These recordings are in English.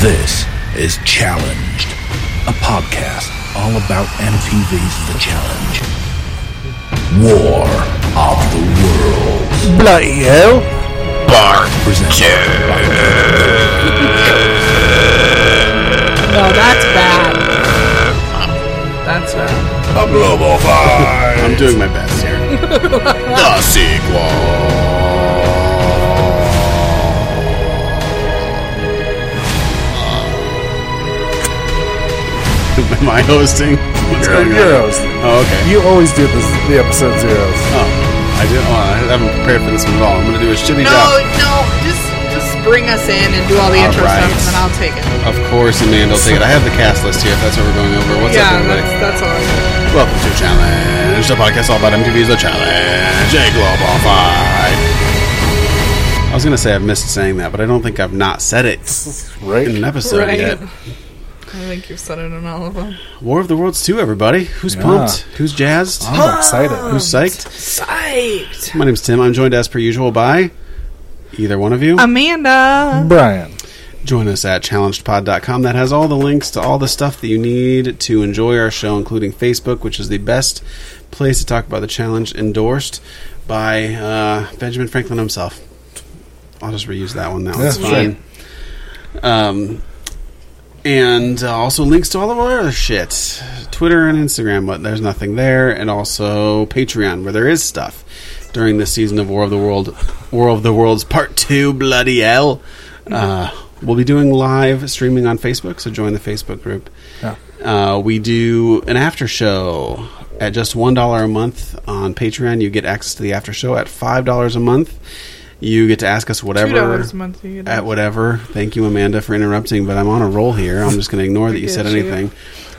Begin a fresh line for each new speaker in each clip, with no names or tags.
This is Challenged, a podcast all about MTV's The Challenge. War of the Worlds.
Bloody hell.
Bark. Presented by
Oh, that's bad. That's bad.
a Global Fight.
I'm doing my best here.
the sequel.
Am I hosting? What's going on?
Heroes.
Oh, okay.
You always do this, the episode zeros.
Oh, I did. Oh, I haven't prepared for this one at all. I'm gonna do a shitty
No,
job.
no, just just bring us in and do all the
All
intro
right.
stuff, and then I'll take it.
Of course, Amanda will take it. I have the cast list here. If that's what we're going over. What's up,
yeah,
everybody?
that's that's all. I
Welcome to Challenge, the podcast all about MTV's The Challenge, a global fight. I was gonna say I've missed saying that, but I don't think I've not said it in an
Right?
episode
Right.
yet.
think you've said it in all of them.
War of the Worlds 2, everybody. Who's pumped? Who's jazzed?
I'm excited.
Who's psyched?
Psyched.
My name's Tim. I'm joined as per usual by either one of you.
Amanda.
Brian.
Join us at challengedpod.com. That has all the links to all the stuff that you need to enjoy our show, including Facebook, which is the best place to talk about the challenge endorsed by uh, Benjamin Franklin himself. I'll just reuse that one now.
Yeah,
That's
sure.
fine. Um, and uh, also links to all of our other shit Twitter and Instagram, but there's nothing there. And also Patreon, where there is stuff during this season of War of the World, War of the Worlds Part 2, bloody hell. Uh, we'll be doing live streaming on Facebook, so join the Facebook group.
Yeah.
Uh, we do an after show at just one dollar a month on Patreon. You get access to the after show at five dollars a month. You get to ask us whatever
$2 a month, you get
at
access.
whatever. Thank you, Amanda, for interrupting, but I'm on a roll here. I'm just going to ignore that you said
Yes, you-
anything.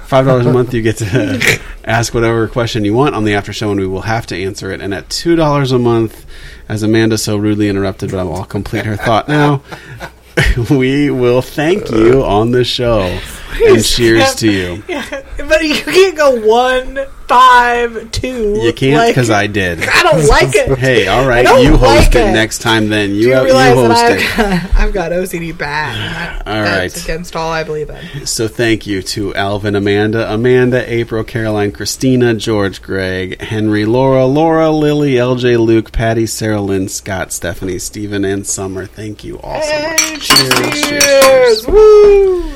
Five dollars a month, you get to ask whatever question you want on the after show, and we will have to answer it. And at two dollars a month, as Amanda so rudely interrupted, but I'll complete her thought now. we will thank you on the show, and cheers to you.
But you can't go one, five, two.
You can't because I did.
I don't like it.
Hey, all right,
don't
you host
like
it.
it.
next time. Then you,
You
have- you
realize
host it.
that I've got, I've got OCD bad. And I,
All
that's
right.
against all I believe in.
So thank you to Alvin, Amanda, Amanda, April, Caroline, Christina, George, Greg, Henry, Laura, Laura, Lily, LJ, Luke, Patty, Sarah, Lynn, Scott, Stephanie, Stephen, and Summer. Thank you all so much. Cheers, cheers, cheers.
Woo!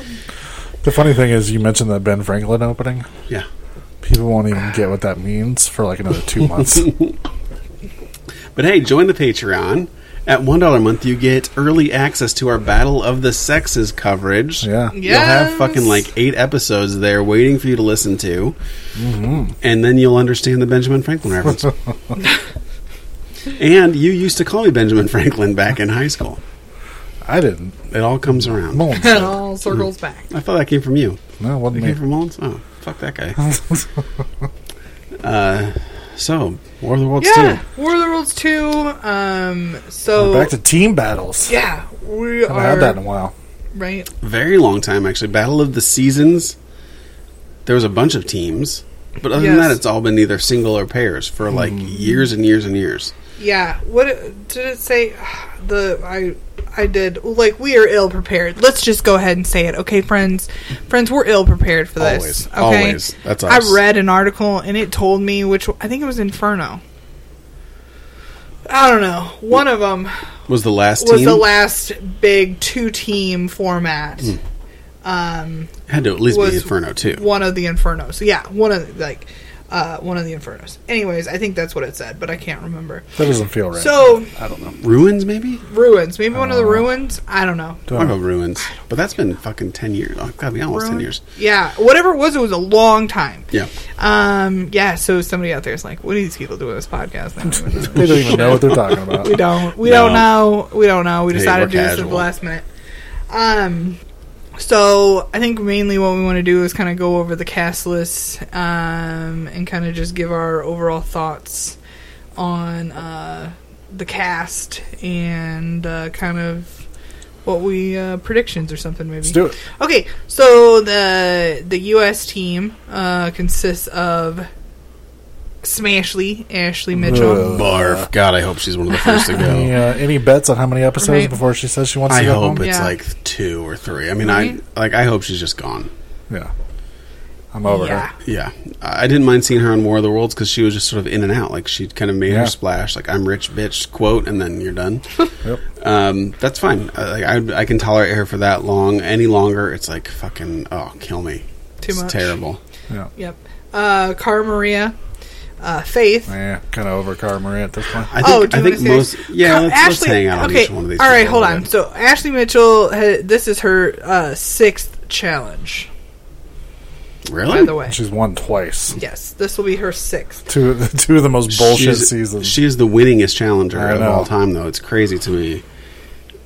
The funny thing is, you mentioned that Ben Franklin opening.
Yeah.
People won't even get what that means for like another two months.
But hey, join the Patreon. At one dollar a month, you get early access to our Battle of the Sexes coverage.
Yeah.
you'll have
Yes.
fucking like eight episodes there waiting for you to listen to,
Mm-hmm.
and then you'll understand the Benjamin Franklin reference. and you used to call me Benjamin Franklin back in high school.
I didn't.
It all comes around.
Mullins.
It all circles back.
I thought that came from you.
No, it wasn't
It came
me.
from Mullins. Oh, fuck that guy. uh, so War of the Worlds
Yeah,
too.
War of the Worlds 2. Um, so,
Back to team battles.
yeah, we
I haven't had
are,
that in a while.
right?
Very long time actually. Battle of the Seasons. There was a bunch of teams, but other than
Yes. Hmm.
that, it's all been either single or pairs for like years and years and years.
Yeah, what it- did it say? The, I, I did, like, we are ill prepared. Let's just go ahead and say it, okay, friends? Friends, we're ill prepared for this.
Always,
okay?
always. That's us.
I read an article and it told me which, I think it was Inferno. I don't know. One of them.
Was the last
was
team
the last big two team format. Um,
had to at least
was
be Inferno too.
One of the Infernos. Yeah, one of the, like uh, one of the Infernos. Anyways, I think that's what it said, but I can't remember.
That doesn't feel right.
So
I don't know. Ruins maybe?
ruins, maybe one of
Uh,
the ruins. I don't know.
What about ruins? But that's been fucking ten years. Oh, gotta be almost ten
Ruin-
years.
Yeah, whatever it was, it was a long time.
Yeah.
Um. Yeah. So somebody out there is like, "What do these people do with this podcast?" I don't even know.
they don't even know what they're talking about.
we don't. We
No.
don't know. We don't know. We
Hey,
decided
we're
to do this at the
casual.
last minute. Um, so I think mainly what we want to do is kind of go over the cast list um, and kind of just give our overall thoughts on uh, the cast and uh, kind of what we uh, predictions or something maybe.
Let's do it.
Okay, so the the U.S. team uh, consists of Smashly, Ashley Mitchell.
Ugh.
Barf. God, I hope she's one of the first to go.
Any, uh, any bets on how many episodes
Right.
before she says she wants
I
to go
hope
home?
it's
Yeah.
like two or three. I mean,
Right?
I like. I hope she's just gone.
Yeah, I'm over
yeah.
her.
Yeah, I I didn't mind seeing her on War of the Worlds because she was just sort of in and out. Like she kind of made
Yeah.
her splash, like "I'm rich, bitch," quote, and then you're done.
Yep.
um, that's fine. I, like, I, I can tolerate her for that long. Any longer, it's like fucking oh, kill me.
Too
it's
much.
Terrible.
Yeah,
Yep. Uh, Car Maria, uh, Faith.
yeah, kind of over Cara Marie at this point.
I think.
oh, do
I
you
think
wanna say-
most. Yeah,
Car-
let's, let's hang out on each one of these.
All right,
people
hold
a
on.
bit.
So Ashley Mitchell, ha- this is her uh, sixth challenge.
Really?
By the way,
She's won twice.
yes, this will be her sixth.
Two, of the- two of the most bullshit
She's-
seasons.
She is the winningest challenger
I
of
know.
all time, though. It's crazy to me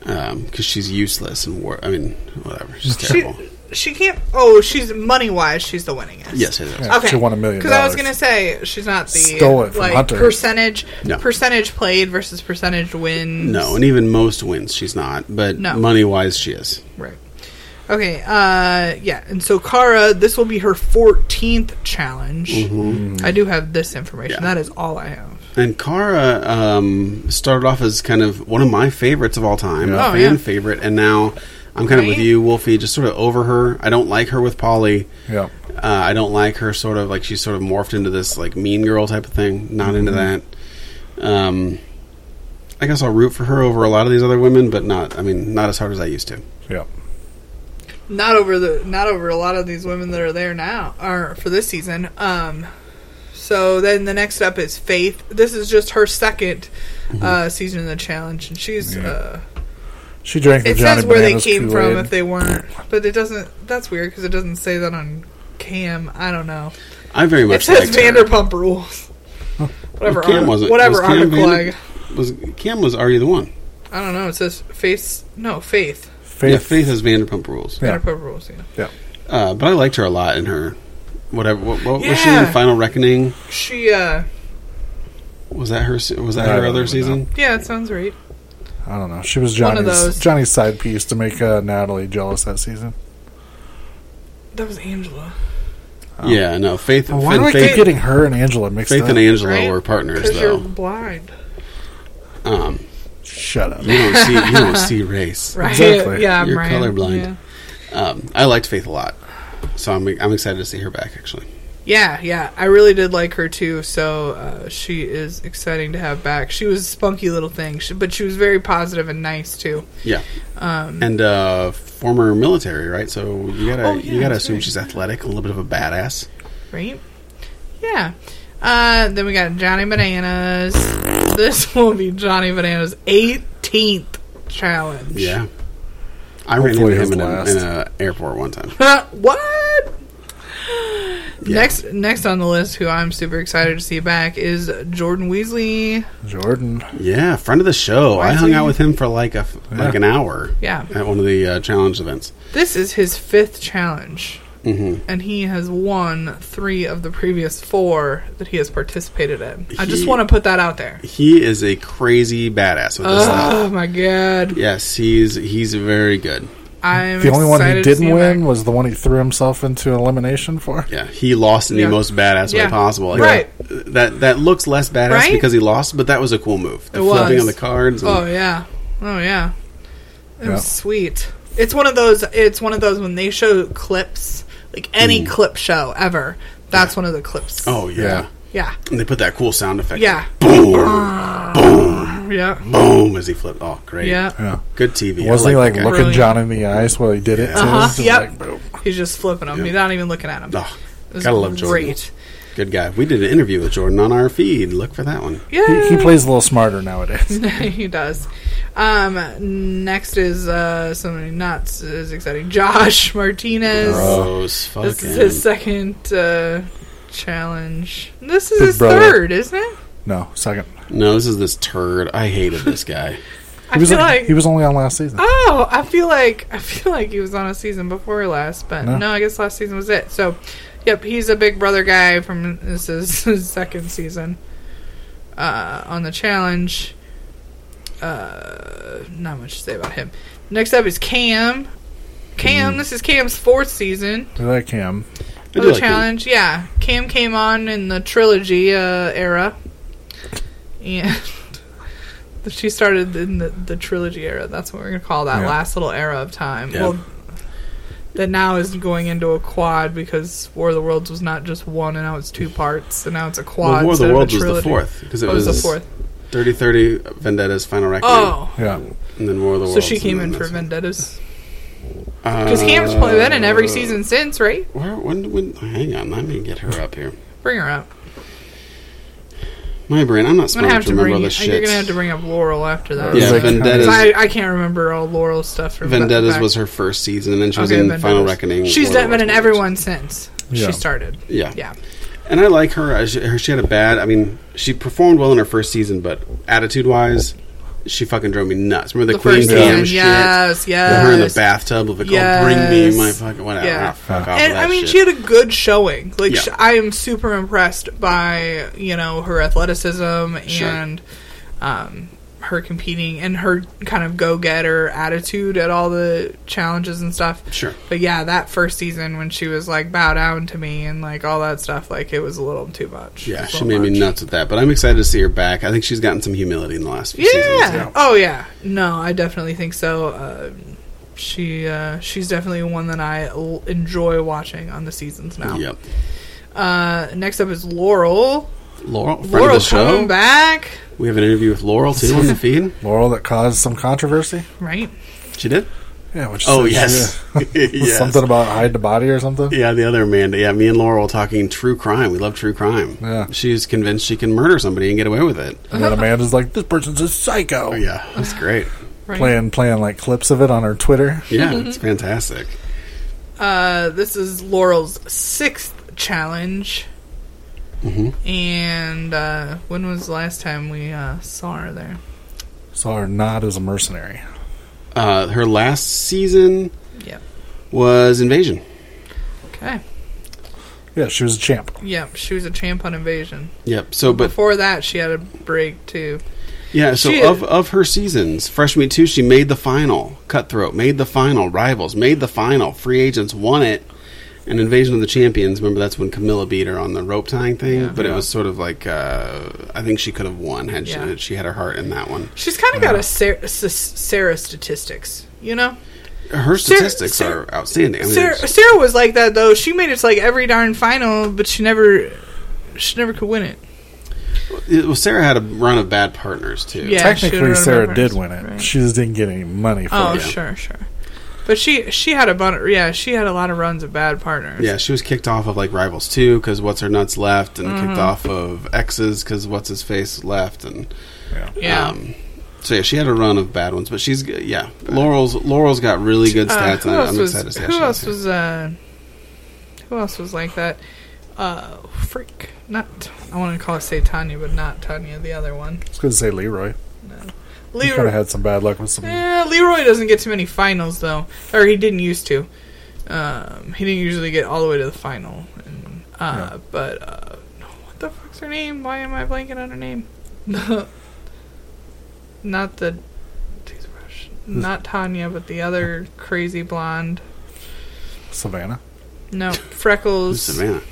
because she's useless and war. I mean, whatever. She's
She,
terrible.
she can't. Oh, she's money wise, she's the winningest.
yes, it is.
Yeah, she won a million
Because I was
dollars.
gonna say she's not the
Stole it from
like
Hunter.
percentage
No.
percentage played versus percentage wins.
No, and even most wins, she's not. But
No.
money wise, she is.
Right. Okay. Uh, yeah. And so Kara, this will be her fourteenth challenge.
Mm-hmm.
I do have this information.
Yeah.
That is all I have.
And Kara um, started off as kind of one of my favorites of all time,
Yeah.
a
Oh,
fan
yeah.
favorite, and now I'm kind of with
Right?
you, Wolfie. Just sort of over her. I don't like her with Polly.
yeah,
Uh, I don't like her. Sort of like she's sort of morphed into this like mean girl type of thing. Not into that.
Mm-hmm.
Um, I guess I'll root for her over a lot of these other women, but not. I mean, not as hard as I used to.
yeah.
Not over the not over a lot of these women that are there now or for this season. Um, so then the next up is Faith. This is just her 2nd
Mm-hmm.
uh, season of the challenge, and she's. Uh,
She drank the
it
Johnny
says where they
Bananas
came
Kool-Aid.
from if they weren't, but it doesn't. That's weird because it doesn't say that on Cam. I don't know.
I very
It
much
says
liked her.
Vanderpump Rules. Whatever.
Cam
arti-
wasn't.
whatever
was Cam
article
Vander- was Cam was already the one.
I, I don't know. It says Faith. No Faith.
Faith,
Yeah, Faith has Vanderpump Rules.
Yeah.
Vanderpump Rules. Yeah.
yeah.
Uh, but I liked her a lot in her. Whatever. What, what was she in
Yeah.
Final Reckoning?
She. uh...
Was that her? se- Was that
I
her
don't
other
know.
season?
Yeah, it sounds right.
I don't know. She was
One of
Johnny's
those.
Johnny's side piece to make uh, Natalie jealous that season.
That was Angela.
Yeah, no. Faith.
Oh. Why
Faith,
do I
Faith,
keep getting her and Angela mixed
Faith
up?
and Angela
Right?
were partners,
Because you're
though.
blind.
Um,
Shut up.
you don't see. You don't see race.
Right.
Exactly.
Yeah, I'm
You're
right.
colorblind.
Yeah.
Um, I liked Faith a lot, so I'm I'm excited to see her back. Actually,
yeah, yeah. I really did like her too, so uh, she is exciting to have back. She was a spunky little thing, she, but she was very positive and nice too.
yeah. Um, and uh, former military, right? So you gotta
Oh, yeah,
you gotta
that's
assume
right.
she's athletic, a little bit of a badass.
right? Yeah. Uh, then we got Johnny Bananas. This will be Johnny Bananas' 18th challenge.
Yeah. I
Hopefully
ran
his
into him in
last.
an airport one time.
what? Next, next on the list, who I'm super excited to see back is Jordan Weasley.
Jordan.
Yeah, friend of the show. I hung out with him for like a f- like an hour.
Yeah.
at one of the uh, challenge events.
This is his fifth challenge,
hmm
and he has won three of the previous four that he has participated in. I just
He-
want to put that out there.
He is a crazy badass with this stuff.
Oh my god!
Yes, he's he's very good.
I'm
the only one
excited
he
to
didn't
see him
win
back.
was the one he threw himself into elimination for.
Yeah, he lost in
Yeah.
the most badass
Yeah.
way possible. Like,
Right.
That that looks less badass
Right?
because he lost, but that was a cool move. The
It
flipping
was.
on the cards. and-
Oh yeah. Oh yeah. It
Yeah.
was sweet. It's one of those it's one of those when they show clips, like any clip show ever. That's one of the clips.
oh yeah.
Yeah.
Yeah.
And they put that cool sound effect.
Yeah. Ah.
Boom,
Yeah.
boom, as he flipped. Oh, great.
Yeah.
Yeah.
Good TV. I
Wasn't he like
that guy.
looking
Brilliant.
John in the eyes while he did it? Too?
Uh-huh,
Just
yep.
like, boom.
He's just flipping them. He's not even looking at them.
Oh, gotta love Jordan.
Great.
Good guy. We did an interview with Jordan on our feed. Look for that one.
He,
Yeah.
he plays a little smarter nowadays.
he does. Um, next is uh, somebody not as exciting. Josh Martinez.
Gross. Fucking.
This is his second uh, challenge. This is
Big
his
brother.
third, isn't it?
No, second.
no, this is this turd. I hated this guy.
I
He was
feel
on-
like
he was only on last season.
Oh, I feel like I feel like he was on a season before last, but
No.
no, I guess last season was it. So, yep, he's a Big Brother guy from this is his second season uh, on the challenge. Uh, not much to say about him.
Mm.
Next up is Cam. Cam, this is Cam's fourth season.
We like him.
I
of
do
the
like Cam.
Oh, challenge. Yeah, Cam came on in the trilogy uh, era, and she started in the, the trilogy era. That's what we're gonna call that
Yeah.
last little era of time.
Yeah.
Well, that now is going into a quad because War of the Worlds was not just one, and now it's two parts, and now it's a quad.
Well, War of
instead
the
a
Worlds was the
trilogy.
fourth because it
What was
was,
the fourth?
30 30 Vendetta's final reckoning,
Oh,
Yeah.
and then War of the
so
Worlds.
she
and
came
then
in for
this one.
Vendettas because
Uh,
Cam's probably been in every season since, right?
Where, when, when, hang on, I need to get her up here.
Bring her up.
My brain, I'm not
I'm gonna
smart
have
enough
to
to remember
bring
all this
you're
shit.
gonna have to bring up Laurel after that.
yeah,
Like,
Vendetta's,
'Cause I, I can't remember all Laurel stuff from ba-
Vendetta's
back-
was her first season, and then she was
Okay,
in
Vendettas.
Final Reckoning.
She's
War of
done
the
been in
Worlds.
everyone since
Yeah.
she started.
Yeah.
Yeah,
And I like her. I- She, her- she had a bad. I mean, she performed well in her first season, but attitude wise, she fucking drove me nuts. Remember the,
the
Queen
first season.
Cam shit?
Yes,
With
yes.
Her in the bathtub with the girl, bring
Yes.
me my fucking whatever.
Yeah.
Ah, fuck off
and
with that
I mean,
shit.
she had a good showing. Like,
Yeah.
sh I am super impressed by you know her athleticism
Sure.
and um, her competing and her kind of go getter attitude at all the challenges and stuff.
Sure.
But yeah, that first season when she was like bow down to me and like all that stuff, like it was a little too much. It
Yeah,
was a
she made
little
me
much.
nuts with that. But I'm excited to see her back. I think she's gotten some humility in the last few
Yeah.
seasons. now.
Oh yeah. No, I definitely think so. Uh, she uh, she's definitely one that I l- enjoy watching on the seasons now.
Yep.
Uh, next up is Laurel.
Laurel, friend of the
Laurel's
show.
coming back,
We have an interview with Laurel too on the feed.
Laurel that caused some controversy.
right?
She did.
Yeah. Which
Oh
said she-
yes.
yeah.
yes.
Something about hide the body or something.
Yeah, the other Amanda. Yeah, me and Laurel talking true crime. We love true crime.
Yeah.
She's convinced she can murder somebody and get away with it.
And then Amanda's like, "This person's a psycho."
Oh, yeah. That's great.
Right.
Playing playing like clips of it on her Twitter.
Yeah, it's fantastic.
Uh, this is Laurel's sixth challenge.
Mhm.
And uh, when was the last time we uh, saw her there?
Saw her not as a mercenary.
Uh, her last season
Yep.
was Invasion.
Okay.
Yeah, she was a champ.
Yep. She was a champ on Invasion.
Yep. So, but
Before that, she had a break too.
yeah. So
she-
of of her seasons, Fresh Meat Two, she made the final. Cutthroat made the final. Rivals made the final. Free Agents won it. And Invasion of the Champions. Remember that's when Camilla beat her on the rope tying thing.
Yeah.
But it was sort of like uh, I think she could have won had
Yeah.
she she had her heart in that one.
She's kind of got a Sarah, Sarah statistics, you know.
Her
Sarah-
statistics
Sarah-
are outstanding. I mean,
Sarah,
it's-
Sarah was like that though. She made it to like every darn final, but she never, she never could win it.
it- well, Sarah had a run of bad partners too.
Yeah. she would've
Technically,
run
Sarah
over
did
first,
win it.
right.
She just didn't get any money for
Oh,
it.
sure, sure. But she she had a bunch. Yeah, she had a lot of runs of bad partners.
Yeah, she was kicked off of like Rivals too because What's Her Nuts left, and
Mm-hmm.
kicked off of X's because What's His Face left, and
yeah.
um, so yeah, she had a run of bad ones. But she's g- yeah, Laurel's Laurel's got really good
Uh,
stats.
who
and I-
else
I'm
was?
excited to see how
who
she
else
does
was? Uh, who else was like that? Uh, freak. Not. I want to call it say Tanya, but not Tanya. The other one.
I was going to say Leroy. He kind
Leroy.
of had some bad luck with some.
Eh, Leroy doesn't get too many finals though, or he didn't used to. Um, he didn't usually get all the way to the final. And, uh, But uh, what the fuck's her name? Why am I blanking on her name? not the, toothbrush. not Tanya, but the other crazy blonde.
Savannah,
No
Who's
freckles.
Savannah?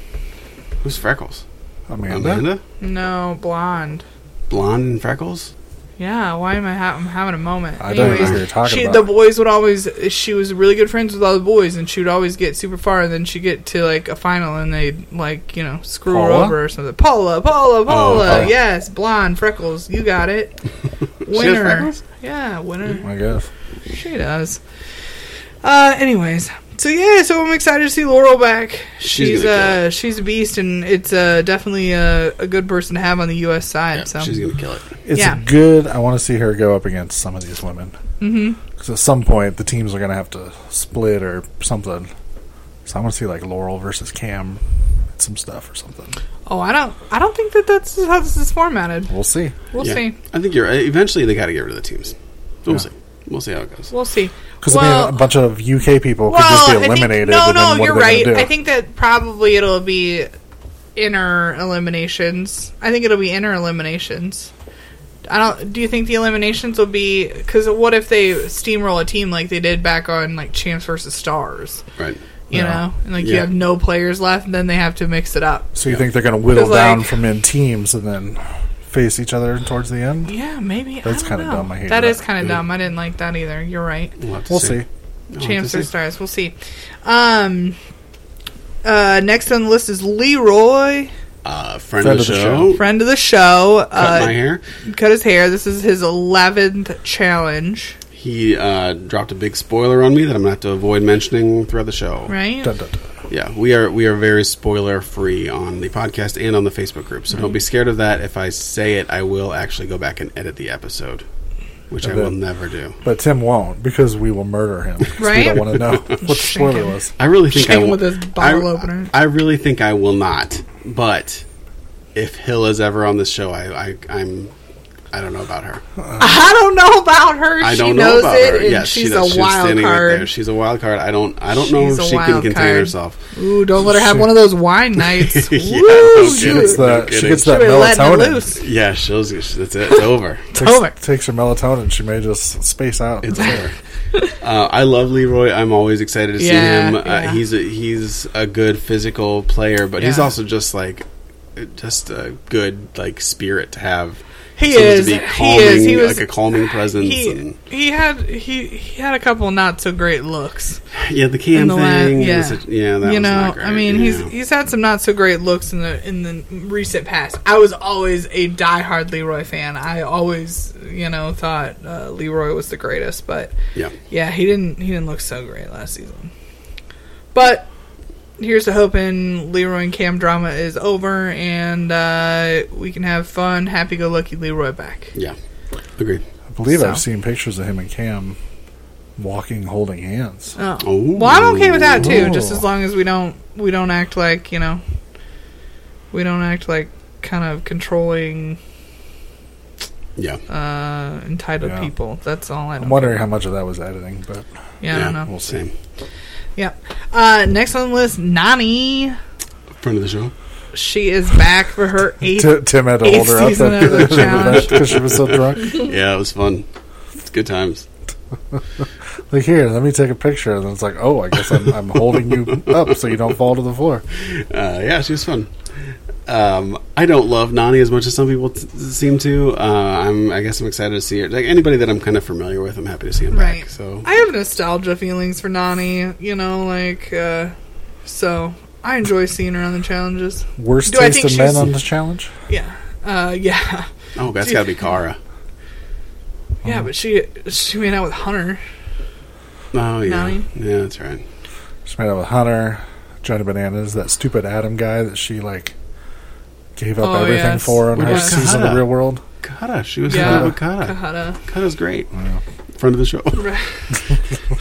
Who's Freckles?
Amanda.
Amanda?
No blonde.
Blonde and Freckles?
Yeah, why am I ha- I'm having a moment?
I don't even know who you're talking
she,
about.
The boys would always. She was really good friends with all the boys, and she would always get super far, and then she'd get to like a final, and they'd like you know screw her
Paula?
over or something. Paula,
Oh,
Paula, Paula.
Paula.
Yes, blonde freckles. You got it. Winner.
freckles?
yeah, winner.
I guess.
She does. Uh, anyways. So yeah, so I'm excited to see Laurel back.
She's
She's
gonna kill
uh she's a beast, and it's uh definitely a, a good person to have on the U.S. side.
Yeah,
so
she's gonna kill it.
It's
Yeah.
good. I want to see her go up against some of these women.
Mm-hmm.
Because at some point, the teams are going to have to split or something. So I want to see like Laurel versus Cam, and some stuff or something.
Oh, I don't. I don't think that that's how this is formatted.
We'll see.
We'll
Yeah.
see.
I think you're. Eventually, they got to get rid of the teams. We'll
Yeah.
see. We'll see how it goes.
We'll see.
Because I
Well-
mean, a bunch of UK people could
well,
just be eliminated.
I
and
think, no,
then
no,
what
you're
are they
right.
gonna do?
I think that probably it'll be inner eliminations. I think it'll be inner eliminations. I don't. Do you think the eliminations will be? Because what if they steamroll a team like they did back on like Champs versus Stars?
Right.
you
Yeah.
know, and like you
Yeah.
have no players left, then they have to mix it up.
So you think they're going to whittle
'Cause, like-
down from in teams and then face each other towards the end?
Yeah, maybe.
That's
I don't
kinda
know.
dumb. I hated
That
that.
is kind of dumb. I didn't like that either. You're right.
We'll, have to
We'll see.
We'll have
Champs
to
or
see.
stars? We'll see. Um. Uh, next on the list is Leroy,
Uh, friend, of the show.
friend of the show.
Cut my
uh,
hair.
cut his hair. This is his eleventh challenge,
He uh, dropped a big spoiler on me that I'm gonna have to avoid mentioning throughout the show.
right?
Dun, dun, dun.
Yeah, we are we are very spoiler free on the podcast and on the Facebook group, so don't
Mm-hmm.
be scared of that. If I say it, I will actually go back and edit the episode, which I
Okay.
will never do.
But Tim won't because we will murder him. 'cause We
Right?
don't want to know what the spoiler was.
I really think I
Shake him
will.
with his bottle opener.
I really think I will not. But if Hill is ever on this show, I, I I'm I don't know about her.
I don't know about her.
I
she
don't know
knows
about
it,
her.
and
Yes,
she's
she does.
a wild
standing Right there.
card.
She's a wild card. I don't I don't know
She's a
if she can
wild
contain
card.
herself.
Ooh, don't let her have one of those wine nights.
Yeah,
Woo,
no
she
kidding.
was-
It's the,
No
she
kidding.
gets
she
that
was letting it
melatonin.
loose.
Yeah, she'll that's it. It's over.
Takes,
over.
takes her melatonin. She may just space out.
It's over. Uh, I love Leroy. I'm always excited to see
Yeah,
him. Uh,
yeah.
He's a, he's a good physical player, but he's
Yeah.
also just like just a good like spirit to have.
He
Someone
is. he is. He was.
like a calming presence.
he,
and,
he had he he had a couple not so great looks.
yeah, the cam
the lab,
thing.
yeah.
Yeah, yeah that
you
was
know,
not great,
I mean,
you
he's
know.
he's had some not so great looks in the in the recent past. I was always a diehard Leroy fan. I always, you know, thought uh, Leroy was the greatest, but
yeah.
yeah, he didn't he didn't look so great last season. But here's to hoping Leroy and Cam drama is over and uh, we can have fun, happy go lucky Leroy back.
Yeah. Agreed.
I believe I've
So.
seen pictures of him and Cam walking, holding hands.
Oh.
Oh.
Well, I'm okay with that too. Just
Oh.
as long as we don't we don't act like you know we don't act like kind of controlling
Yeah.
uh entitled
Yeah.
people. That's all I
I'm
don't.
wondering how much of that was editing, but
yeah, I don't know.
we'll see.
Same.
Yep. Uh, next on the list, Nani.
Friend of the show.
She is back for her eighth.
T- Tim had to
eighth
hold her up
season of the challenge.
because she was so drunk.
yeah, it was fun. It's good times.
Like, here, let me take a picture. And then it's like, oh, I guess I'm, I'm holding you up so you don't fall to the floor.
uh, yeah, she was fun. Um, I don't love Nani as much as some people t- seem to. Uh, I'm, I guess I'm excited to see her. Like anybody that I'm kind of familiar with, I'm happy to see him
right.
back. So
I have nostalgia feelings for Nani. You know, like uh, so I enjoy seeing her on the challenges.
Worst
Do I
taste
think
of men
she's-
on the challenge?
Yeah. Uh, yeah.
oh, that's got to be Kara.
Uh-huh.
Yeah, but she she made out with Hunter.
Oh yeah,
Nani?
yeah, that's right.
She made out with Hunter, Johnny Bananas, that stupid Adam guy that she, like, gave up
Oh,
everything
yes.
for in
What
her
about
season of
Kahana?
Real World.
Kara, she was
Yeah.
in love with Kara.
Kahada.
Kara's great. Friend of the show.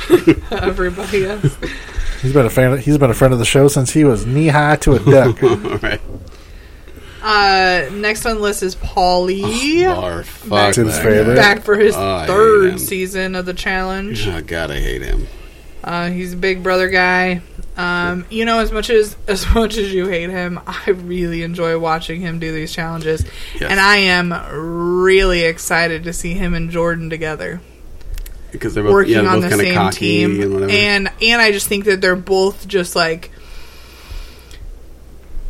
Everybody else.
He's been a fan. He's been a friend of the show since he was knee high to a duck.
All right.
Uh, next on the list is Paulie.
Bar, Oh, fuck
Tim's
that
favorite.
guy.
Back for his
Oh, I hate him.
third season of the challenge.
Oh, God, I hate him.
Uh, he's a big brother guy. Um, you know, as much as as much as you hate him, I really enjoy watching him do these challenges,
Yes.
and I am really excited to see him and Jordan together.
Because they're both,
working
yeah, they're
on the
both kind of
same
cocky
team,
and whatever.
and and I just think that they're both just like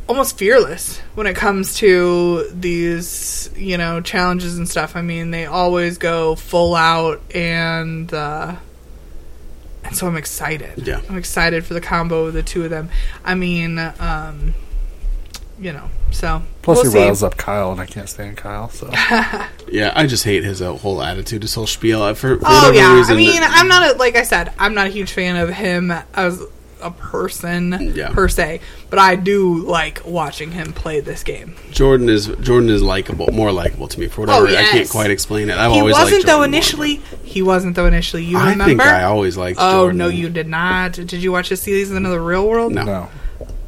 almost fearless when it comes to these you know challenges and stuff. I mean, they always go full out, and uh, and so I'm excited.
Yeah.
I'm excited for the combo of the two of them. I mean, um, you know, so
Plus,
we'll
he
see.
riles up Kyle, and I can't stand Kyle. So
yeah, I just hate his uh, whole attitude, his whole spiel. Uh, For, for
Oh
whatever
yeah,
reason,
I mean, I'm not a, like I said, I'm not a huge fan of him as a person
Yeah.
per se, but I do like watching him play this game.
Jordan is Jordan is likable, more likable to me for whatever.
Oh, yes.
I can't quite explain it. I've
he
always
wasn't
liked Jordan
though
more,
initially. he wasn't though initially. You
but I
remember?
think I always liked.
oh
Jordan.
no, you did not. Did you watch the season of the Real World?
No.
no,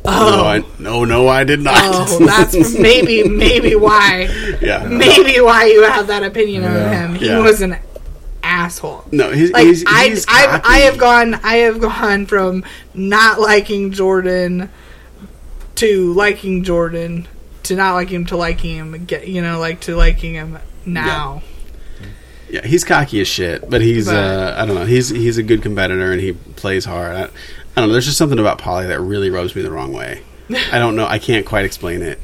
No, I, no, no, I did not.
Oh, that's maybe maybe why
yeah.
maybe why you have that opinion of
Yeah.
him. He
Yeah.
was an asshole.
No, he's,
like
he's,
I,
he's
I've, I
cocky.
have gone I have gone from not liking Jordan to liking Jordan to not liking him to liking him get you know like to liking him now
Yeah, he's cocky as shit, but he's
But-
uh, I don't know. He's he's a good competitor and he plays hard. I, I don't know. There's just something about Polly that really rubs me the wrong way. I don't know. I can't quite explain it,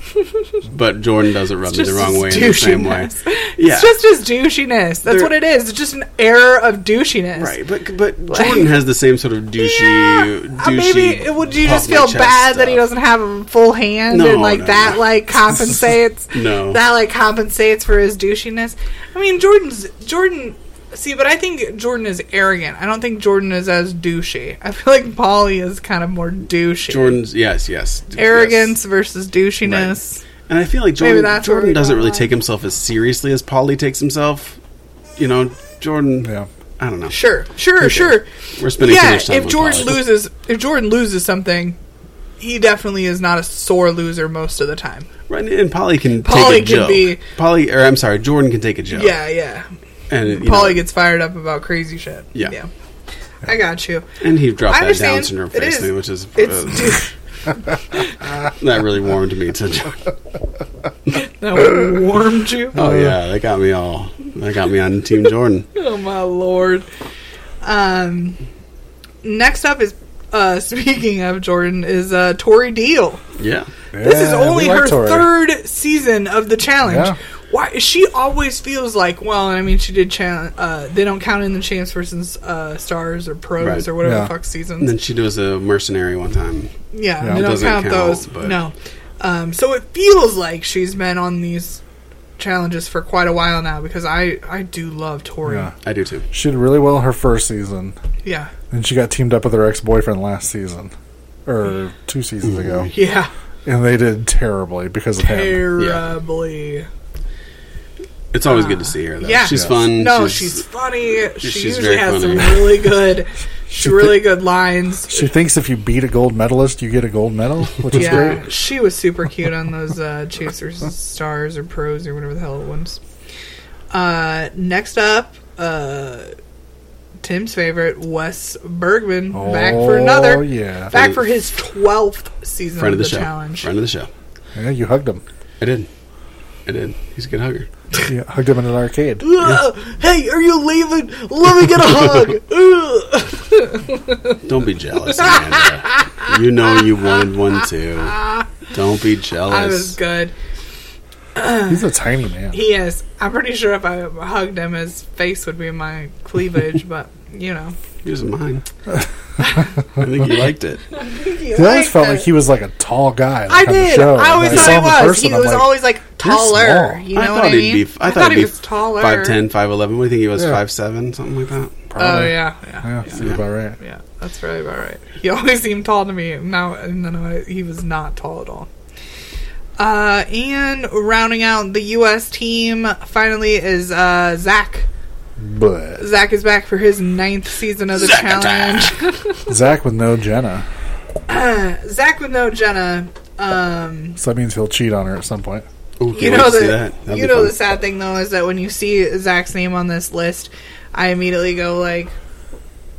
but Jordan doesn't rub me the wrong way in the same way.
douchiness.
Yeah,
It's just his douchiness. That's
There-
what it is. It's just an error of douchiness.
right. But but Jordan has the same sort of douchey,
Yeah. Uh,
douchey.
Maybe would you just
puff my
feel
chest
bad that he
stuff.
doesn't have a full hand
No,
and like
no,
that
no.
like compensates
No.
that like compensates for his douchiness. I mean Jordan's Jordan see, but I think Jordan is arrogant. I don't think Jordan is as douchey. I feel like Polly is kind of more douchey.
Jordan's yes, yes, yes.
Arrogance versus douchiness.
And I feel like Jordan,
that's where
Jordan
we
doesn't
draw
really
the
take himself as seriously as Polly takes himself. You know, Jordan.
Yeah.
I don't know.
Sure, sure, sure.
We're spending too
yeah,
much time.
if
on
Jordan
Polly.
loses, if Jordan loses something, he definitely is not a sore loser most of the time.
right, and Polly can
Polly
take a
can
joke.
be-
Polly, or I'm sorry, Jordan can take a joke.
Yeah, yeah.
and you know,
Polly gets fired up about crazy shit.
Yeah.
I got you.
and he dropped
I
that down
understand.
syndrome
It
face
is.
thing, which is
It's
uh,
dude,
that really warmed me to. Jordan.
that warmed you.
Oh yeah, that got me all. That got me on Team Jordan.
Oh my lord. Um, next up is uh, speaking of Jordan is uh, Tori Deal.
Yeah,
This is
Yeah,
only
we like
her
Tori.
third season of the challenge.
Yeah.
Why she always feels like? Well, I mean, she did challenge. Uh, they don't count in the chance versus uh, stars or pros
Right.
or whatever
Yeah.
the fuck
and
seasons.
then she was a mercenary one time.
yeah,
Yeah.
they don't
Doesn't
count,
count,
those.
but-
No. Um, so it feels like she's been on these challenges for quite a while now because I I do love Tori.
Yeah.
Yeah.
I do too.
She did really well her first season,
Yeah.
and she got teamed up with her ex boyfriend last season, or two seasons ago, and they did terribly because of him.
Terribly.
It's always good to see her. Though.
Ah. yeah.
she's
Yeah.
fun.
No, she's, funny. She
she's very
usually has
funny.
some really good,
She
really
thi-
good lines.
She thinks if you beat a gold medalist, you get a gold medal, which is
yeah,
great.
she was super cute on those uh, Chasers Stars or Pros or whatever the hell it was. Uh, next up, uh, Tim's favorite, Wes Bergman, back for
Oh,
another,
yeah.
back for his twelfth season
friend
of
of
the,
the, show.
challenge.
Friend of the show.
Yeah, you hugged him.
I did. I did. He's a good hugger.
You hugged him in an arcade.
Ugh, Hey, are you leaving? Let me get a hug. Ugh.
Don't be jealous, Amanda. you know you wanted one too. Don't be
I was
jealous.
good.
He's a tiny man.
He is. I'm pretty sure if I hugged him, his face would be in my cleavage, but you know.
Here's mine. I think you liked it.
He
He always felt like he was like a tall guy.
I
like, on the
did.
show.
I always
When
thought
saw
he
him in
was.
person,
he
I'm
was
like,
always like taller.
small.
You know
I
what
thought
I
he'd
mean?
be. I thought he'd
he
be
was taller.
Five ten, five eleven. What do you think he was?
Yeah.
Five seven, something like that.
Oh
probably.
yeah, yeah,
Yeah, seems about right.
yeah. That's really about right. He always seemed tall to me. Now and then I, he was not tall at all. Uh, and rounding out the U.S. team finally is uh, Zach.
But
Zach is back for his ninth season of the
Zack
challenge.
Zach with no Jenna,
Zach with no Jenna. Um,
so that means he'll cheat on her at some point.
Ooh, can't
you
wait
know
to see
the
that. That'd
you
be
know
fun.
the sad thing though is that when you see Zach's name on this list, I immediately go like,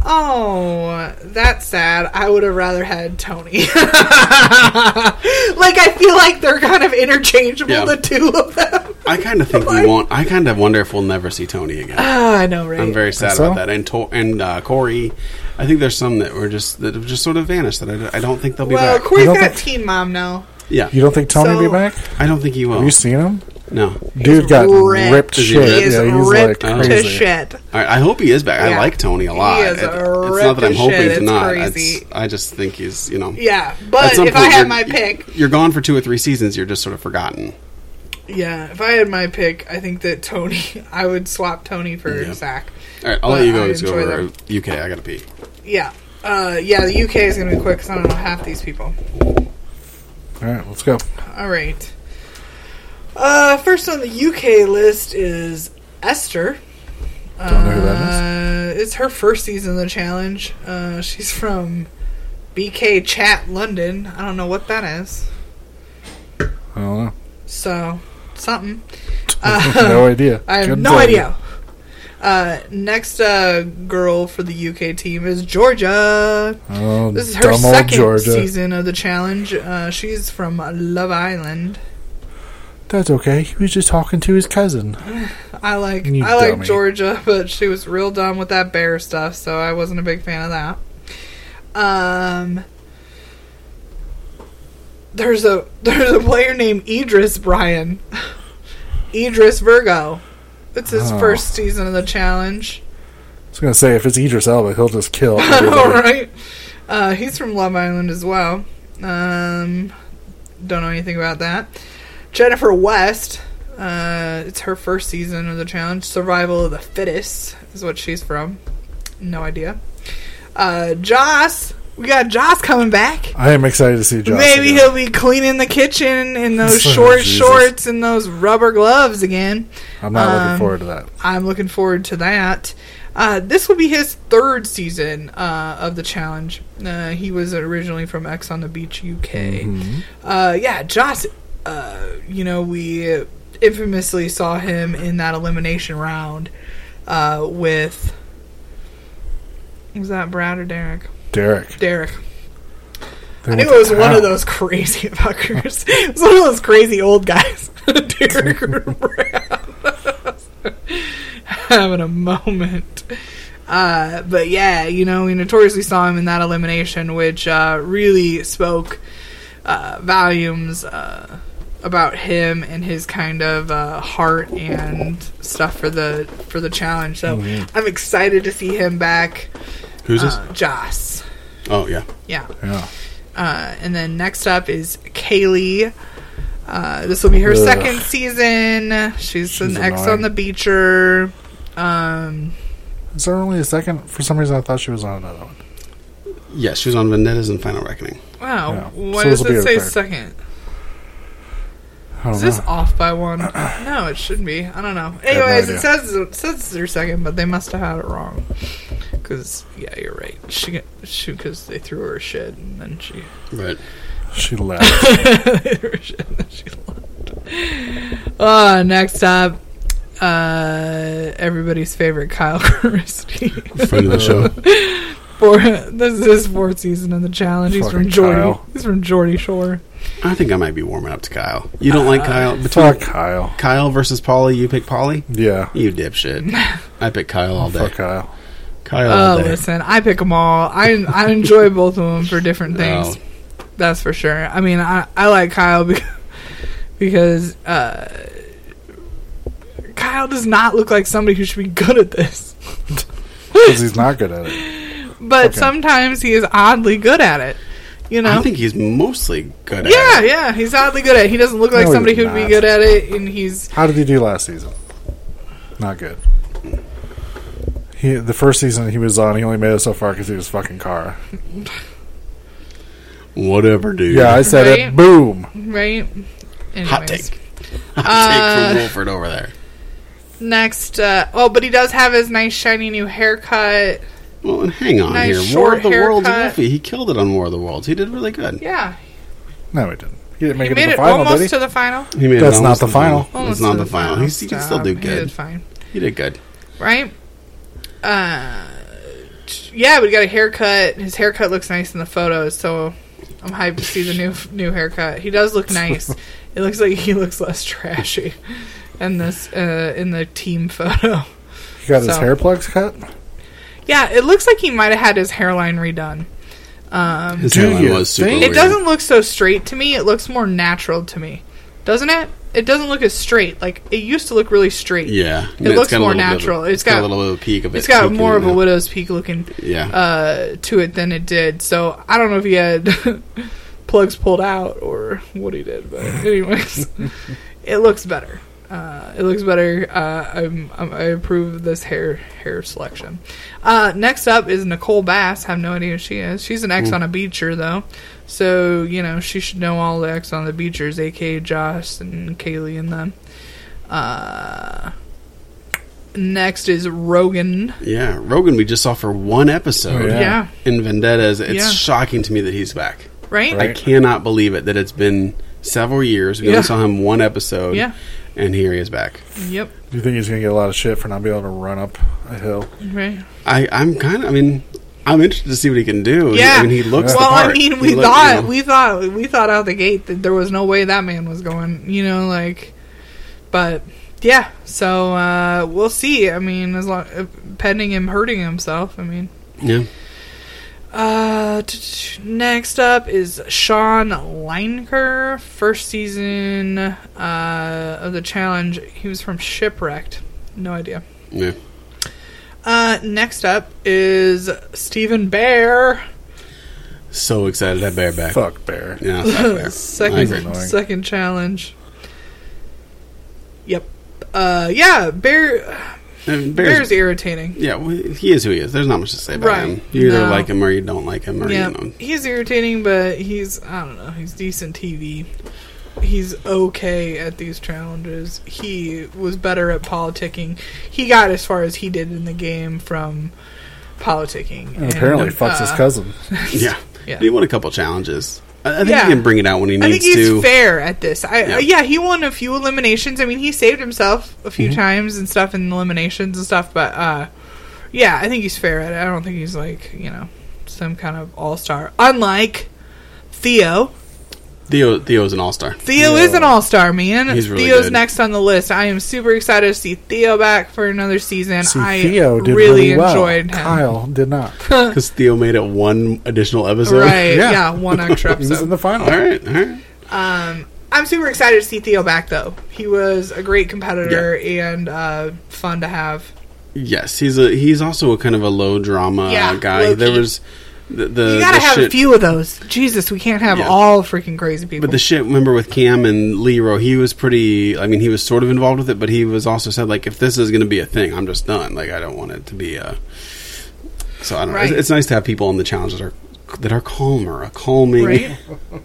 "Oh, that's sad. I would have rather had Tony." like I feel like they're kind of interchangeable,
Yeah.
the two of them.
I kind of think we won't. I kind of wonder if we'll never see Tony again.
Oh, I know, right?
I'm very sad
so?
about that. And to- and uh, Corey, I think there's some that were just that have just sort of vanished. That I, d- I don't think they'll be
well,
back.
Corey's
You don't
got
think-
Teen Mom now.
yeah,
You don't think Tony will be
So-
back?
I don't think he will.
Have you seen him?
no,
Dude got
ripped.
ripped,
Is he
shit.
ripped?
He is
yeah, he's
ripped
like
to
crazy.
shit.
All right, I hope he is back. I
Yeah.
like Tony a lot.
He is a
It- it's not that I'm
ripped
hoping
shit.
it's
It's
not.
crazy.
It's, I just think he's you know.
Yeah,
At
but
some
if I
point,
had
you're-
my pick,
you're gone for two or three seasons. You're just sort of forgotten.
yeah, if I had my pick, I think that Tony, I would swap Tony for
Yeah.
Zach.
All right, I'll
But
let you
I
go. Let's go
enjoy
over
them.
UK. I gotta pee.
Yeah. Uh, yeah, the UK is going to be quick because I don't know half these people.
All right, let's go.
All right. Uh, first on the UK list is Esther.
Don't know who that
Uh, it's her first season of the challenge. Uh, she's from BK Chat London. I don't know what that is.
is.
Uh,
I don't know.
So, something.
no idea.
I have
Couldn't
no
tell you.
idea. Uh, next uh, girl for the UK team is Georgia.
Oh,
This is her
dumb old
second
Georgia.
season of the challenge. Uh, she's from Love Island.
That's okay. He was just talking to his cousin.
Uh-huh. I like
You
I like
dummy.
Georgia, but she was real dumb with that bear stuff, so I wasn't a big fan of that. Um, there's a there's a player named Idris Bryan, Idris Virgo. It's his
Oh.
first season of the challenge.
I was gonna say if it's Idris Elba, he'll just kill.
All
everybody.
right. Uh, he's from Love Island as well. Um, don't know anything about that. Jennifer West. Uh, it's her first season of the challenge. Survival of the fittest is what she's from. No idea. Uh, Joss. We got Joss coming back.
I am excited to see Josh.
Maybe
again.
he'll be cleaning the kitchen in those
Oh,
short
Jesus.
shorts and those rubber gloves again.
I'm not
um,
looking forward to that.
I'm looking forward to that. Uh, this will be his third season uh, of the challenge. Uh, he was originally from X on the Beach UK. Uh, yeah, Joss, uh, you know, we infamously saw him in that elimination round uh, with. Was that Brad or Derek?
Derek.
Derek.
They
I
went
knew it was
to
one of
town.
those crazy fuckers. it was one of those crazy old guys. Derek or Brad. Having a moment. Uh, but yeah, you know, we notoriously saw him in that elimination, which uh, really spoke uh, volumes uh, about him and his kind of uh, heart and stuff for the for the challenge. So I'm excited to see him back.
Mm-hmm. Who's this?
Uh, Joss,
oh yeah.
yeah.
Yeah.
Uh, and then next up is Kaylee. Uh, this will be her
Ugh.
second season. She's, an ex
annoying.
on the beacher. Um,
Is there only a second? For some reason, I thought she was on another one.
Yes, she was on Vendettas and Final Reckoning.
wow,
Yeah.
why
So
does
this'll be
it
her
say
third.
second?
I don't
Is this
know.
off by one? no, it should be. I don't know.
no
Anyways,
idea.
it says it says it's her second, but they must have had it wrong. Because yeah, you're right. She got- she because they threw her shit and then she
Right.
She left.
she left. Uh, next up, uh, everybody's favorite Kyle Christie.
Friend of the show.
For this is his fourth season of the challenge. He's from
Fucking
Jordy.
Kyle.
He's from Jordy Shore.
I think I might be warming up to Kyle. You don't
Uh,
like Kyle? Between
Fuck Kyle.
Kyle versus Polly, you pick Polly?
Yeah.
You dipshit. I pick Kyle all day.
Fuck Kyle.
Kyle all
Oh,
day.
listen, I pick them all. I I enjoy both of them for different things.
Oh.
That's for sure. I mean, I I like Kyle because because uh, Kyle does not look like somebody who should be good at this.
Because he's not good at it.
but
Okay.
sometimes he is oddly good at it. You know.
I think he's mostly good
yeah,
at it.
yeah, he's oddly good at. it. He doesn't look like
No, he's
somebody who'd be
not.
good at it, and he's
How did he do last season? Not good. He the first season he was on, he only made it so far because he was fucking car.
Whatever, dude.
Yeah, I said
Right?
it. Boom.
right. Anyways.
Hot take. Hot take
Uh,
from Wolford over there.
Next, uh, oh, but he does have his nice shiny new haircut.
Well, and hang on
Nice
here. War
short
of the Worlds
haircut.
Wolfie. He killed it on War of the Worlds. He did really good.
Yeah,
No, he didn't. He didn't make
he
it to
made
the
it
final,
almost
did he?
to the final.
He made it
That's not
almost
the
to
final.
Almost
That's not
to
the final. He's, he can still do
Stop. He
good.
did fine.
He did good.
right? Uh, t- yeah, but he got a haircut. His haircut looks nice in the photos, so I'm hyped to see the new new haircut. He does look nice. it looks like he looks less trashy in this uh, in the team photo.
He got his
So.
hair plugs cut.
Yeah, it looks like he might have had his hairline redone. Um,
His
Do
hairline
you
was super
think-
weird.
it doesn't look so straight to me. It looks more natural to me, doesn't it? It doesn't look as straight. Like it used to look really straight.
Yeah.
It looks
got a
more
little bit of a-
natural. It's
a
got-
little bit of a peak of it.
It's got
peeking
more of
in
a
there.
widow's peak looking
Yeah.
uh, to it than it did. So I don't know if he had plugs pulled out or what he did, but anyways, it looks better. Uh, it looks better. Uh, I'm, I'm, I approve of this hair hair selection. Uh, next up is Nicole Bass. have no idea who she is. She's an ex on a beacher though, so you know she should know all the ex on the beachers, aka Josh and Kaylee and them. Uh, next is Rogan.
yeah. Rogan, we just saw for one episode.
Oh, Yeah.
yeah.
in Vendettas, it's
Yeah.
shocking to me that he's back.
right?
Right.
I cannot believe it that it's been several years. We
Yeah.
only saw him one episode,
Yeah.
and here he is back.
Yep.
Do you think he's gonna get a lot of shit for not being able to run up a hill?
Right.
I, I'm kind of, I mean, I'm interested to see what he can do.
Yeah.
I mean, he looks.
well,
the part.
I
He
mean, we
look-
thought
you know,
we thought we thought out the gate that there was no way that man was going. You know, like, but yeah. So uh, we'll see. I mean, as long pending him hurting himself. I mean,
yeah.
Uh, t- t- next up is Sean Leinker, first season uh, of the challenge. He was from Shipwrecked. No idea.
Yeah.
Uh, next up is Stephen Bear,
So excited to have Bear back.
Fuck Bear.
Yeah, fuck Bear. I agree.
second
agree.
second challenge. Yep. Uh, yeah, Bear.
And Bear's,
Bear's irritating.
yeah, well, he is who he is. There's not much to say about
Right.
him. You either
No.
like him or you don't like him, or
Yeah,
you know.
he's irritating, but he's I don't know. He's decent TV. He's okay at these challenges. He was better at politicking. He got as far as he did in the game from politicking.
And apparently
And,
fucks his
uh,
cousin.
Yeah.
Yeah.
He won a couple challenges. I, I think
Yeah.
he can bring it out when he
I
needs
think he's
to.
fair at this. I
Yeah.
yeah. yeah, he won a few eliminations. I mean, he saved himself a
Mm-hmm.
few times and stuff in eliminations and stuff. But uh, yeah, I think he's fair at it. I don't think he's like you know some kind of all star. Unlike Theo,
Theo Theo's an all star.
Theo is an all star, man.
He's really
Theo's
good.
next on the list. I am super excited to see Theo back for another season.
See,
I
Theo did
really,
really, well.
enjoyed him.
Kyle did not.
Because Theo made it one additional episode.
Uh. Right? Yeah.
Yeah.
one extra
He was in
episode.
the final.
All right. All right.
um, I'm super excited to see Theo back though. He was a great competitor and uh, fun to have.
Yes, he's a he's also a kind of a low drama
Yeah,
guy.
low-key.
There was the, the
You gotta
Uh, the
have
shit,
a few of those. Jesus, we can't have
Yeah.
all freaking crazy people.
But the shit, remember with Cam and Leroy, he was pretty. I mean, he was sort of involved with it, but he was also said like, if this is going to be a thing, I'm just done. Like, I don't want it to be a. So I don't know.
Right.
It's, it's nice to have people on the challenge that are that are calmer, a calming
right?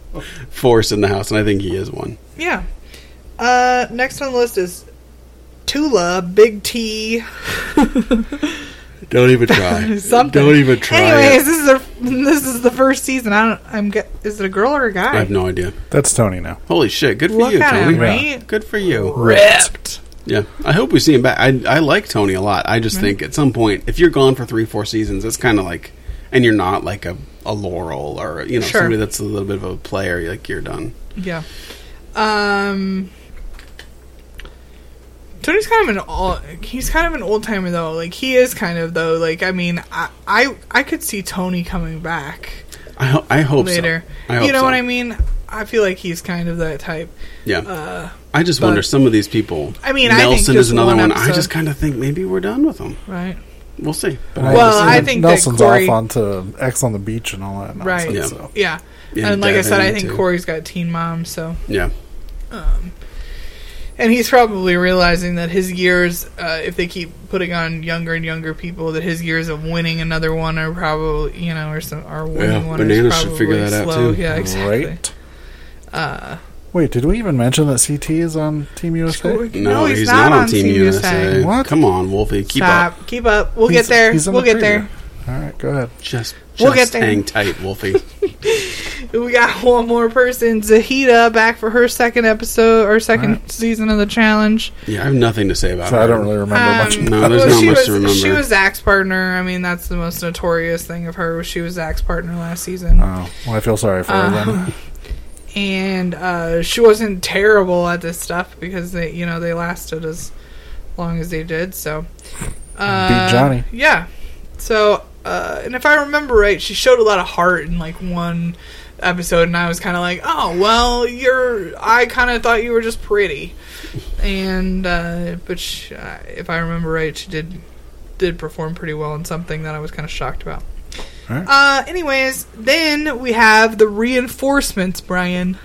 force in the house, and I think he is one.
yeah. Uh, next on the list is Tula Big T.
Don't even try.
something.
Don't even try.
Anyways,
it.
this is a, this is the first season. I don't. I'm. Get, is it a girl or a
I
guy?
have no idea.
That's Tony now.
Holy shit! Good for
Look
you,
at
Tony.
him, right?
Good for you.
Ripped.
Yeah, I hope we see him back. I I like Tony a lot. I just think at some point, if you're gone for three, four seasons, it's kind of like, and you're not like a, a Laurel or you know
Sure.
somebody that's a little bit of a player. Like you're done.
Yeah. Um. Tony's kind of an all. He's kind of an old timer though. Like he is kind of though. Like I mean, I I, I could see Tony coming back
I ho- I hope
later.
So. I hope
you know
so.
what I mean? I feel like he's kind of that type.
Yeah. I just wonder
Uh, but-
some of these people.
I mean, I think
Nelson
just
is another
one
one. I
episode-
just kind of think maybe we're done with him.
Right.
We'll see.
But
Well,
just-
I think that
Nelson's
Corey-
off onto X on the beach and all that. Nonsense,
Right.
Yeah.
So.
Yeah.
Yeah,
and like I said, I
Devin,
think
too.
Corey's got Teen Mom. So.
Yeah.
And he's probably realizing that his years, uh, if they keep putting on younger and younger people, that his years of winning another one are probably, you know, or some are winning
Yeah,
one
Bananas
is
should
probably
figure that out,
slow.
too.
Yeah, exactly. Uh,
Right. Wait, did we even mention that CT is on Team USA?
No, he's, not, on Team USA.
What?
Come on, Wolfie. Keep
Stop.
up.
Keep up. We'll
He's-
get there.
he's in
We'll
the
get there.
preview. All right, go ahead.
Just, just
We'll get there.
hang tight, Wolfie.
We got one more person, Zahida, back for her second episode or second
Alright.
season of the challenge.
yeah, I have nothing to say about
So
it.
I don't really remember much.
Um,
No, there's not
she
much
was,
to remember.
She was Zach's partner. I mean, that's the most notorious thing of her. was She was Zach's partner last season.
Oh, well, I feel sorry for her then.
Uh, and uh, she wasn't terrible at this stuff because they, you know, they lasted as long as they did. So uh,
Beat Johnny.
yeah. So uh, and if I remember right, she showed a lot of heart in like one episode, and I was kind of like, oh well, you're. I kind of thought you were just pretty, and uh, but she, uh, if I remember right, she did did perform pretty well in something that I was kind of shocked about.
Alright.
Uh, anyways, then we have the reinforcements, Brian.
Uh,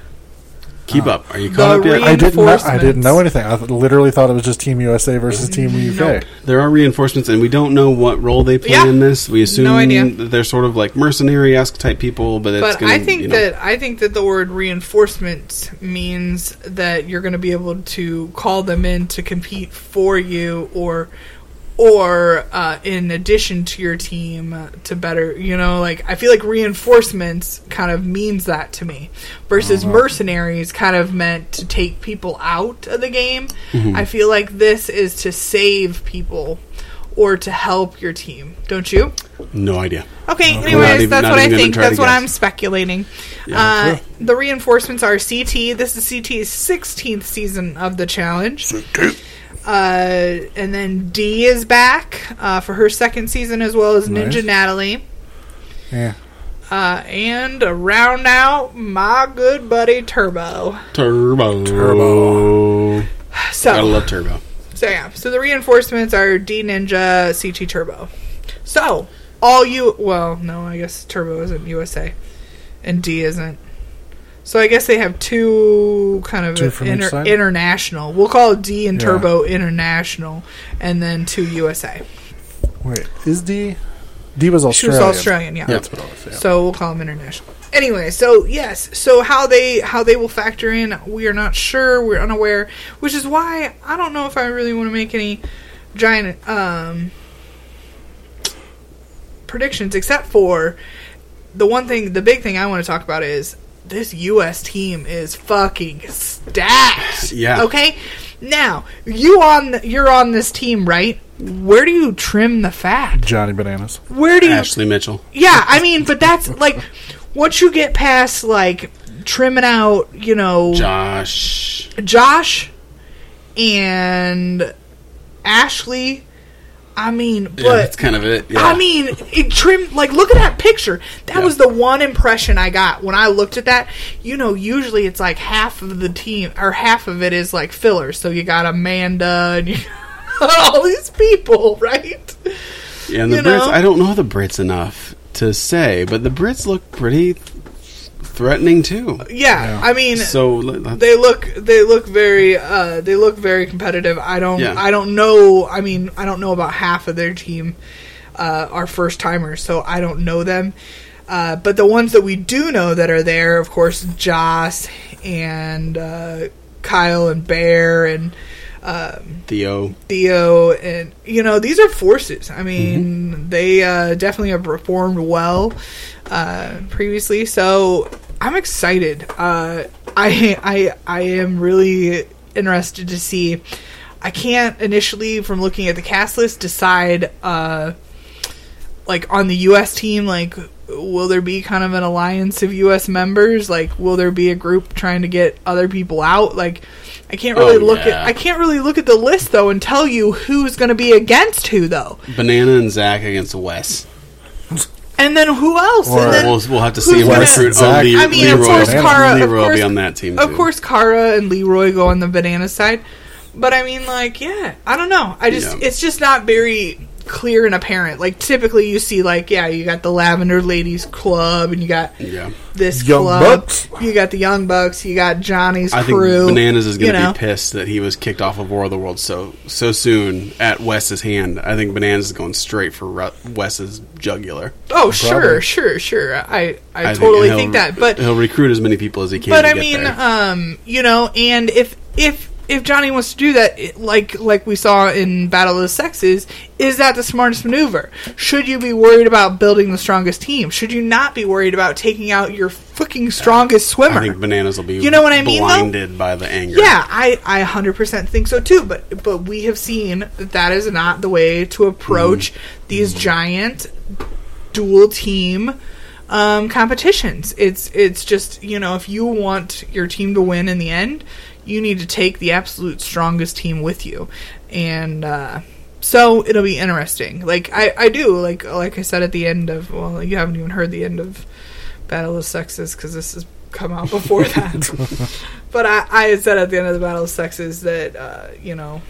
Keep up. Are you caught up
The
yet?
re-
I didn't. Know, I
Reinforcements.
didn't know anything. I th- literally thought it was just Team USA versus Team
Mm,
UK.
There are reinforcements, and we don't know what role they play
Yeah.
in this. We assume
idea.
that they're sort of like mercenary esque type people, but it's
But
gonna,
I think
you know,
that I think that the word reinforcements means that you're going to be able to call them in to compete for you, or or uh, in addition to your team uh, to better. You know, like I feel like reinforcements kind of means that to me, versus
Uh-huh.
mercenaries kind of meant to take people out of the game.
Mm-hmm.
I feel like this is to save people or to help your team. Don't you?
no idea.
Okay,
We're not
anyways,
even-
that's
not
what I
even gonna
think.
try to
That's what
guess.
I'm speculating. uh,
Yeah.
The reinforcements are CT. This is CT's 16th season of the challenge. Uh, and then D is back uh, for her second season, as well as Ninja
Nice.
Natalie.
Yeah,
Uh, and to round out my good buddy Turbo.
Turbo.
Turbo.
So
Gotta love Turbo.
So yeah, so the reinforcements are D Ninja, CT Turbo. So all you well, no, I guess Turbo isn't USA, and D isn't. So I guess they have two kind of
Two from each
inter-
side?
international. We'll call it D and
Yeah.
Turbo international, and then two USA.
Wait, is D? D was
She was
Australian.
Australian, yeah.
That's what I was saying.
So we'll call them international. Anyway, so yes, so how they how they will factor in, we are not sure. We're unaware, which is why I don't know if I really want to make any giant um, predictions, except for the one thing, the big thing I want to talk about is this U.S. team is fucking stacked.
Yeah.
Okay. Now you on the, you're on this team, right? Where do you trim the fat?
Johnny Bananas.
Where do you
Ashley Mitchell.
yeah, I mean, but that's like once you get past like trimming out, you know,
Josh.
Josh and Ashley. I mean, but
Yeah, that's kind of it. Yeah.
I mean, it trimmed. Like, look at that picture. That
Yeah.
was the one impression I got when I looked at that. You know, usually it's like half of the team, or half of it is like fillers. So you got Amanda and you all these people, right?
Yeah, and the
you
Brits,
know?
I don't know the Brits enough to say, but the Brits look pretty th- threatening too.
Yeah,
Yeah.
I mean,
So let- let-
they look they look very uh they look very competitive i don't
Yeah.
i don't know i mean i don't know about half of their team uh are first timers so i don't know them uh but the ones that we do know that are there of course joss and uh kyle and bear and
Theo.
Theo and you know these are forces. I mean, they uh, definitely have performed well uh, previously, so I'm excited. Uh, I I I am really interested to see. I can't initially, from looking at the cast list, decide uh, like on the U.S. team like. Will there be kind of an alliance of U.S. members? Like, will there be a group trying to get other people out? Like, I can't really
Oh,
look
yeah.
at. I can't really look at the list though and tell you who's going to be against who though,
Banana and Zach against Wes.
and then who else?
Or-
and then,
We'll, we'll have to
who's
see what
gonna-
recruit oh,
Zach-
Le-
I mean, of
Leroy.
course, Kara.
Leroy
of
will
course,
be on that team.
Of
too.
course, Kara and Leroy go on the banana side, but I mean, like, yeah, I don't know. I just,
Yeah.
it's just not very clear and apparent. Like, typically, you see, like, yeah, you got the Lavender Ladies Club, and you got
Yeah,
this
Young
club,
Bucks.
you got the Young Bucks, you got Johnny's
I think
crew.
Bananas is
you
going to
know.
be pissed that he was kicked off of War of the World so so soon at Wes's hand. I think Bananas is going straight for Ru- Wes's jugular.
Oh, sure,
Probably.
sure, sure. I, I,
and
totally
he'll-
think that, but
he'll recruit as many people as he can.
but
to
I
get
mean,
there.
um, you know, and if if if Johnny wants to do that, it- like like we saw in Battle of the Sexes, is that the smartest maneuver? Should you be worried about building the strongest team? Should you not be worried about taking out your fucking strongest swimmer?
I think Bananas will be
You know what I mean, though?
blinded by the anger.
yeah, I I hundred percent think so too. But but we have seen that that is not the way to approach these giant dual team um, competitions. It's it's just you know if you want your team to win in the end, you need to take the absolute strongest team with you, and uh, so it'll be interesting. Like I I do like like I said at the end of well you haven't even heard the end of Battle of the Sexes because this has come out before that. but I I had said at the end of the Battle of the Sexes that uh, you know.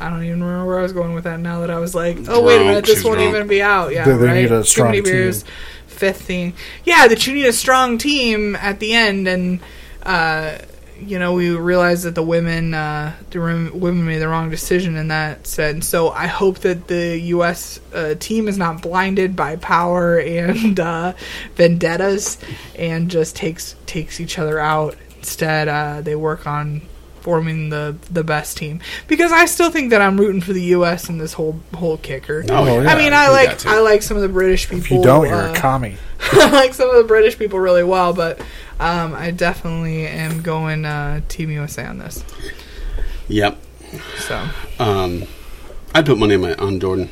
I don't even remember where I was going with that now that I was like, oh, wait a
Drunk,
minute, this
she's
won't
drunk.
even be out. Yeah,
They- they
right?
need a
Too
strong
many beers.
team.
Fifth thing, yeah, that you need a strong team at the end, and uh, you know we realized that the women, uh, the rem- women made the wrong decision in that sense. So I hope that the U.S. Uh, team is not blinded by power and uh, vendettas, and just takes takes each other out. Instead, uh, they work on forming the the best team because I still think that I'm rooting for the U.S. in this whole whole kicker.
Oh,
Oh,
yeah.
yeah.
I mean, I
we got
like
to.
I like some of the British people.
If you don't, you're
uh,
a commie.
I like some of the British people really well, but um, I definitely am going uh, Team USA on this.
Yep.
So
Um, I'd put money on, my, on Jordan.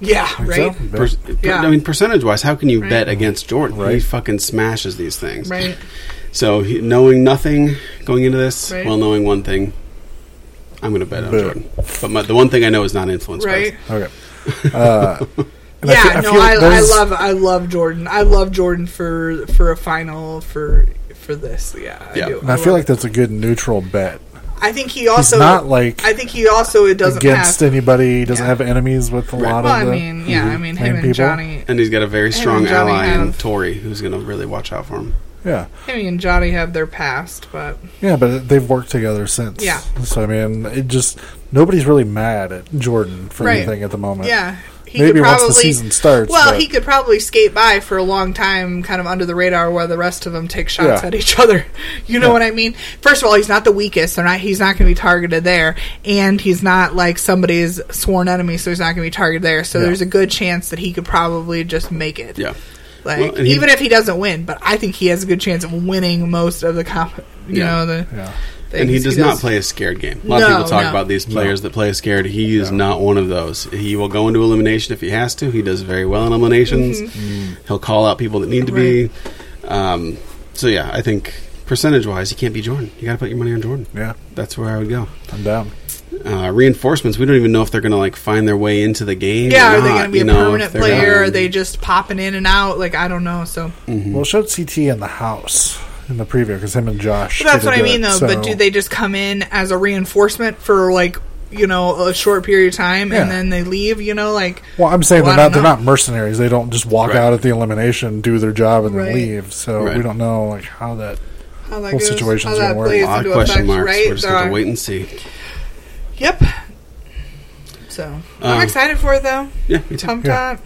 yeah, right,
So,
Per, per-
Yeah.
I mean, percentage wise, how can you bet against Jordan? He
Right.
fucking smashes these things.
right.
So, he, knowing nothing going into this,
Right.
well, knowing one thing, I'm going to bet on
Bet.
Jordan. But my, the one thing I know is not influenced by
Right.
this.
Okay. Uh, And
yeah,
fe-
no,
feel
I, I
there's-
love I love Jordan. I love Jordan for for a final for for this. Yeah,
Yeah.
I do.
And I feel
love
like that's a good neutral bet.
it. I think he also
not, like,
I think he also it doesn't
Against
have.
anybody, he doesn't
Yeah.
have enemies with a lot
well, I
of the. Mhm.
mean, yeah, I mean
main
him and
people.
Johnny,
And he's got a very strong
and Johnny
ally in
have-
Tori, who's going to really watch out for him.
Yeah,
him and Johnny have their past, but
yeah, but they've worked together since.
Yeah.
So I mean, it just nobody's really mad at Jordan for
Right.
anything at the moment.
yeah, he
Maybe once the season starts,
Well,
but-
he could probably skate by for a long time, kind of under the radar, while the rest of them take shots
Yeah.
at each other. You know what I mean? First of all, he's not the weakest. They're not. He's not going to be targeted there, and he's not like somebody's sworn enemy, so he's not going to be targeted there. So
Yeah.
there's a good chance that he could probably just make it.
Yeah.
Like
Well, and he-
even if he doesn't win, but I think he has a good chance of winning most of the comp. You
Yeah.
know the
Yeah.
things
And he does not play a scared game. A lot of
No,
people talk
no.
about these players that play scared. He is not one of those. He will go into elimination if he has to. He does very well in eliminations. He'll call out people that need to be. Um, so, yeah, I think percentage wise, you can't be Jordan. You got to put your money on Jordan.
Yeah,
That's where I would go.
I'm down.
Uh, reinforcements, we don't even know if they're going to like find their way into the game.
Yeah,
or
are they
not,
going to be
you
a
know, if
permanent
they're um,
player?
not-
Are they just popping in and out? Like I don't know. So
Mm-hmm.
Well, it showed CT in the house in the preview because him and Josh.
But that's
didn't
what
do
I mean,
it,
though.
so-
But do they just come in as a reinforcement for like you know a short period of time
Yeah.
and then they leave? You know, like
Well, I'm saying
Well,
they're
I
not. They're
don't
not mercenaries. They don't just walk
Right.
out at the elimination, do their job, and
Right.
then leave. So
Right.
we don't know like how that.
how that
whole
goes,
situation's
how that
gonna work.
plays
A lot
into
of question
effect,
marks.
right?
We're just
There
going to
are-
wait and see.
Yep. So
Um,
I'm excited for it though.
Yeah, me too.
Pumped
Yeah.
up.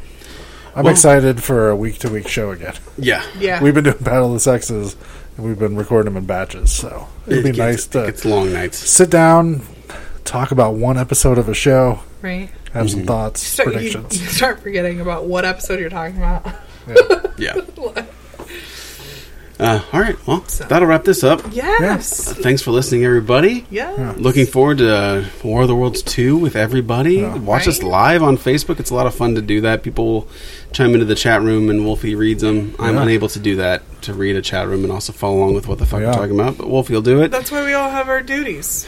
I'm
Well-
excited for a week to week show again.
Yeah.
Yeah.
We've been doing Battle of the Sexes, and we've been recording them in batches. So it'd be
It gets-
nice to
It's long nights.
sit down, talk about one episode of a show,
right.
have some thoughts,
So you, you
predictions.
start forgetting about what episode you're talking about.
Yeah. Uh, all right. Well, that'll wrap this up.
yes.
Thanks for listening, everybody.
Yes.
Looking forward to uh, War of the Worlds 2 with everybody. Watch us
Right?
live on Facebook. It's a lot of fun to do that. People will chime into the chat room and Wolfie reads them. I'm
Yeah.
unable to do that, to read a chat room and also follow along with what the fuck
Yeah.
we're talking about, but Wolfie will do it.
That's why we all have our duties.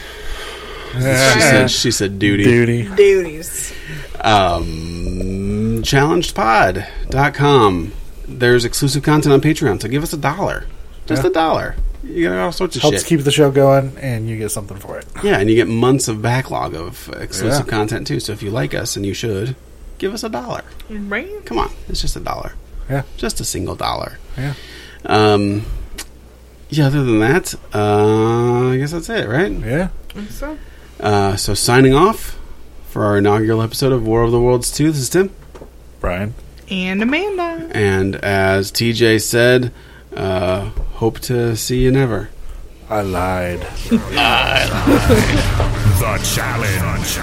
She said, she said duty.
Duty.
Duties.
Um, challengedpod.com. There's exclusive content on Patreon, so give us a dollar. Just
Yeah.
a dollar. You get all sorts of
Helps
shit.
keep the show going, and you get something for it.
Yeah, and you get months of backlog of exclusive
Yeah.
content too. So if you like us, and you should, give us a dollar.
Right.
Come on, it's just a dollar.
Yeah.
Just a single dollar.
Yeah.
Um, yeah. Other than that, uh, I guess that's it, right?
Yeah.
So
Uh, so signing off for our inaugural episode of War of the Worlds Two. This is Tim,
Brian.
and Amanda.
and as TJ said, uh, hope to see you never.
I lied.
The challenge.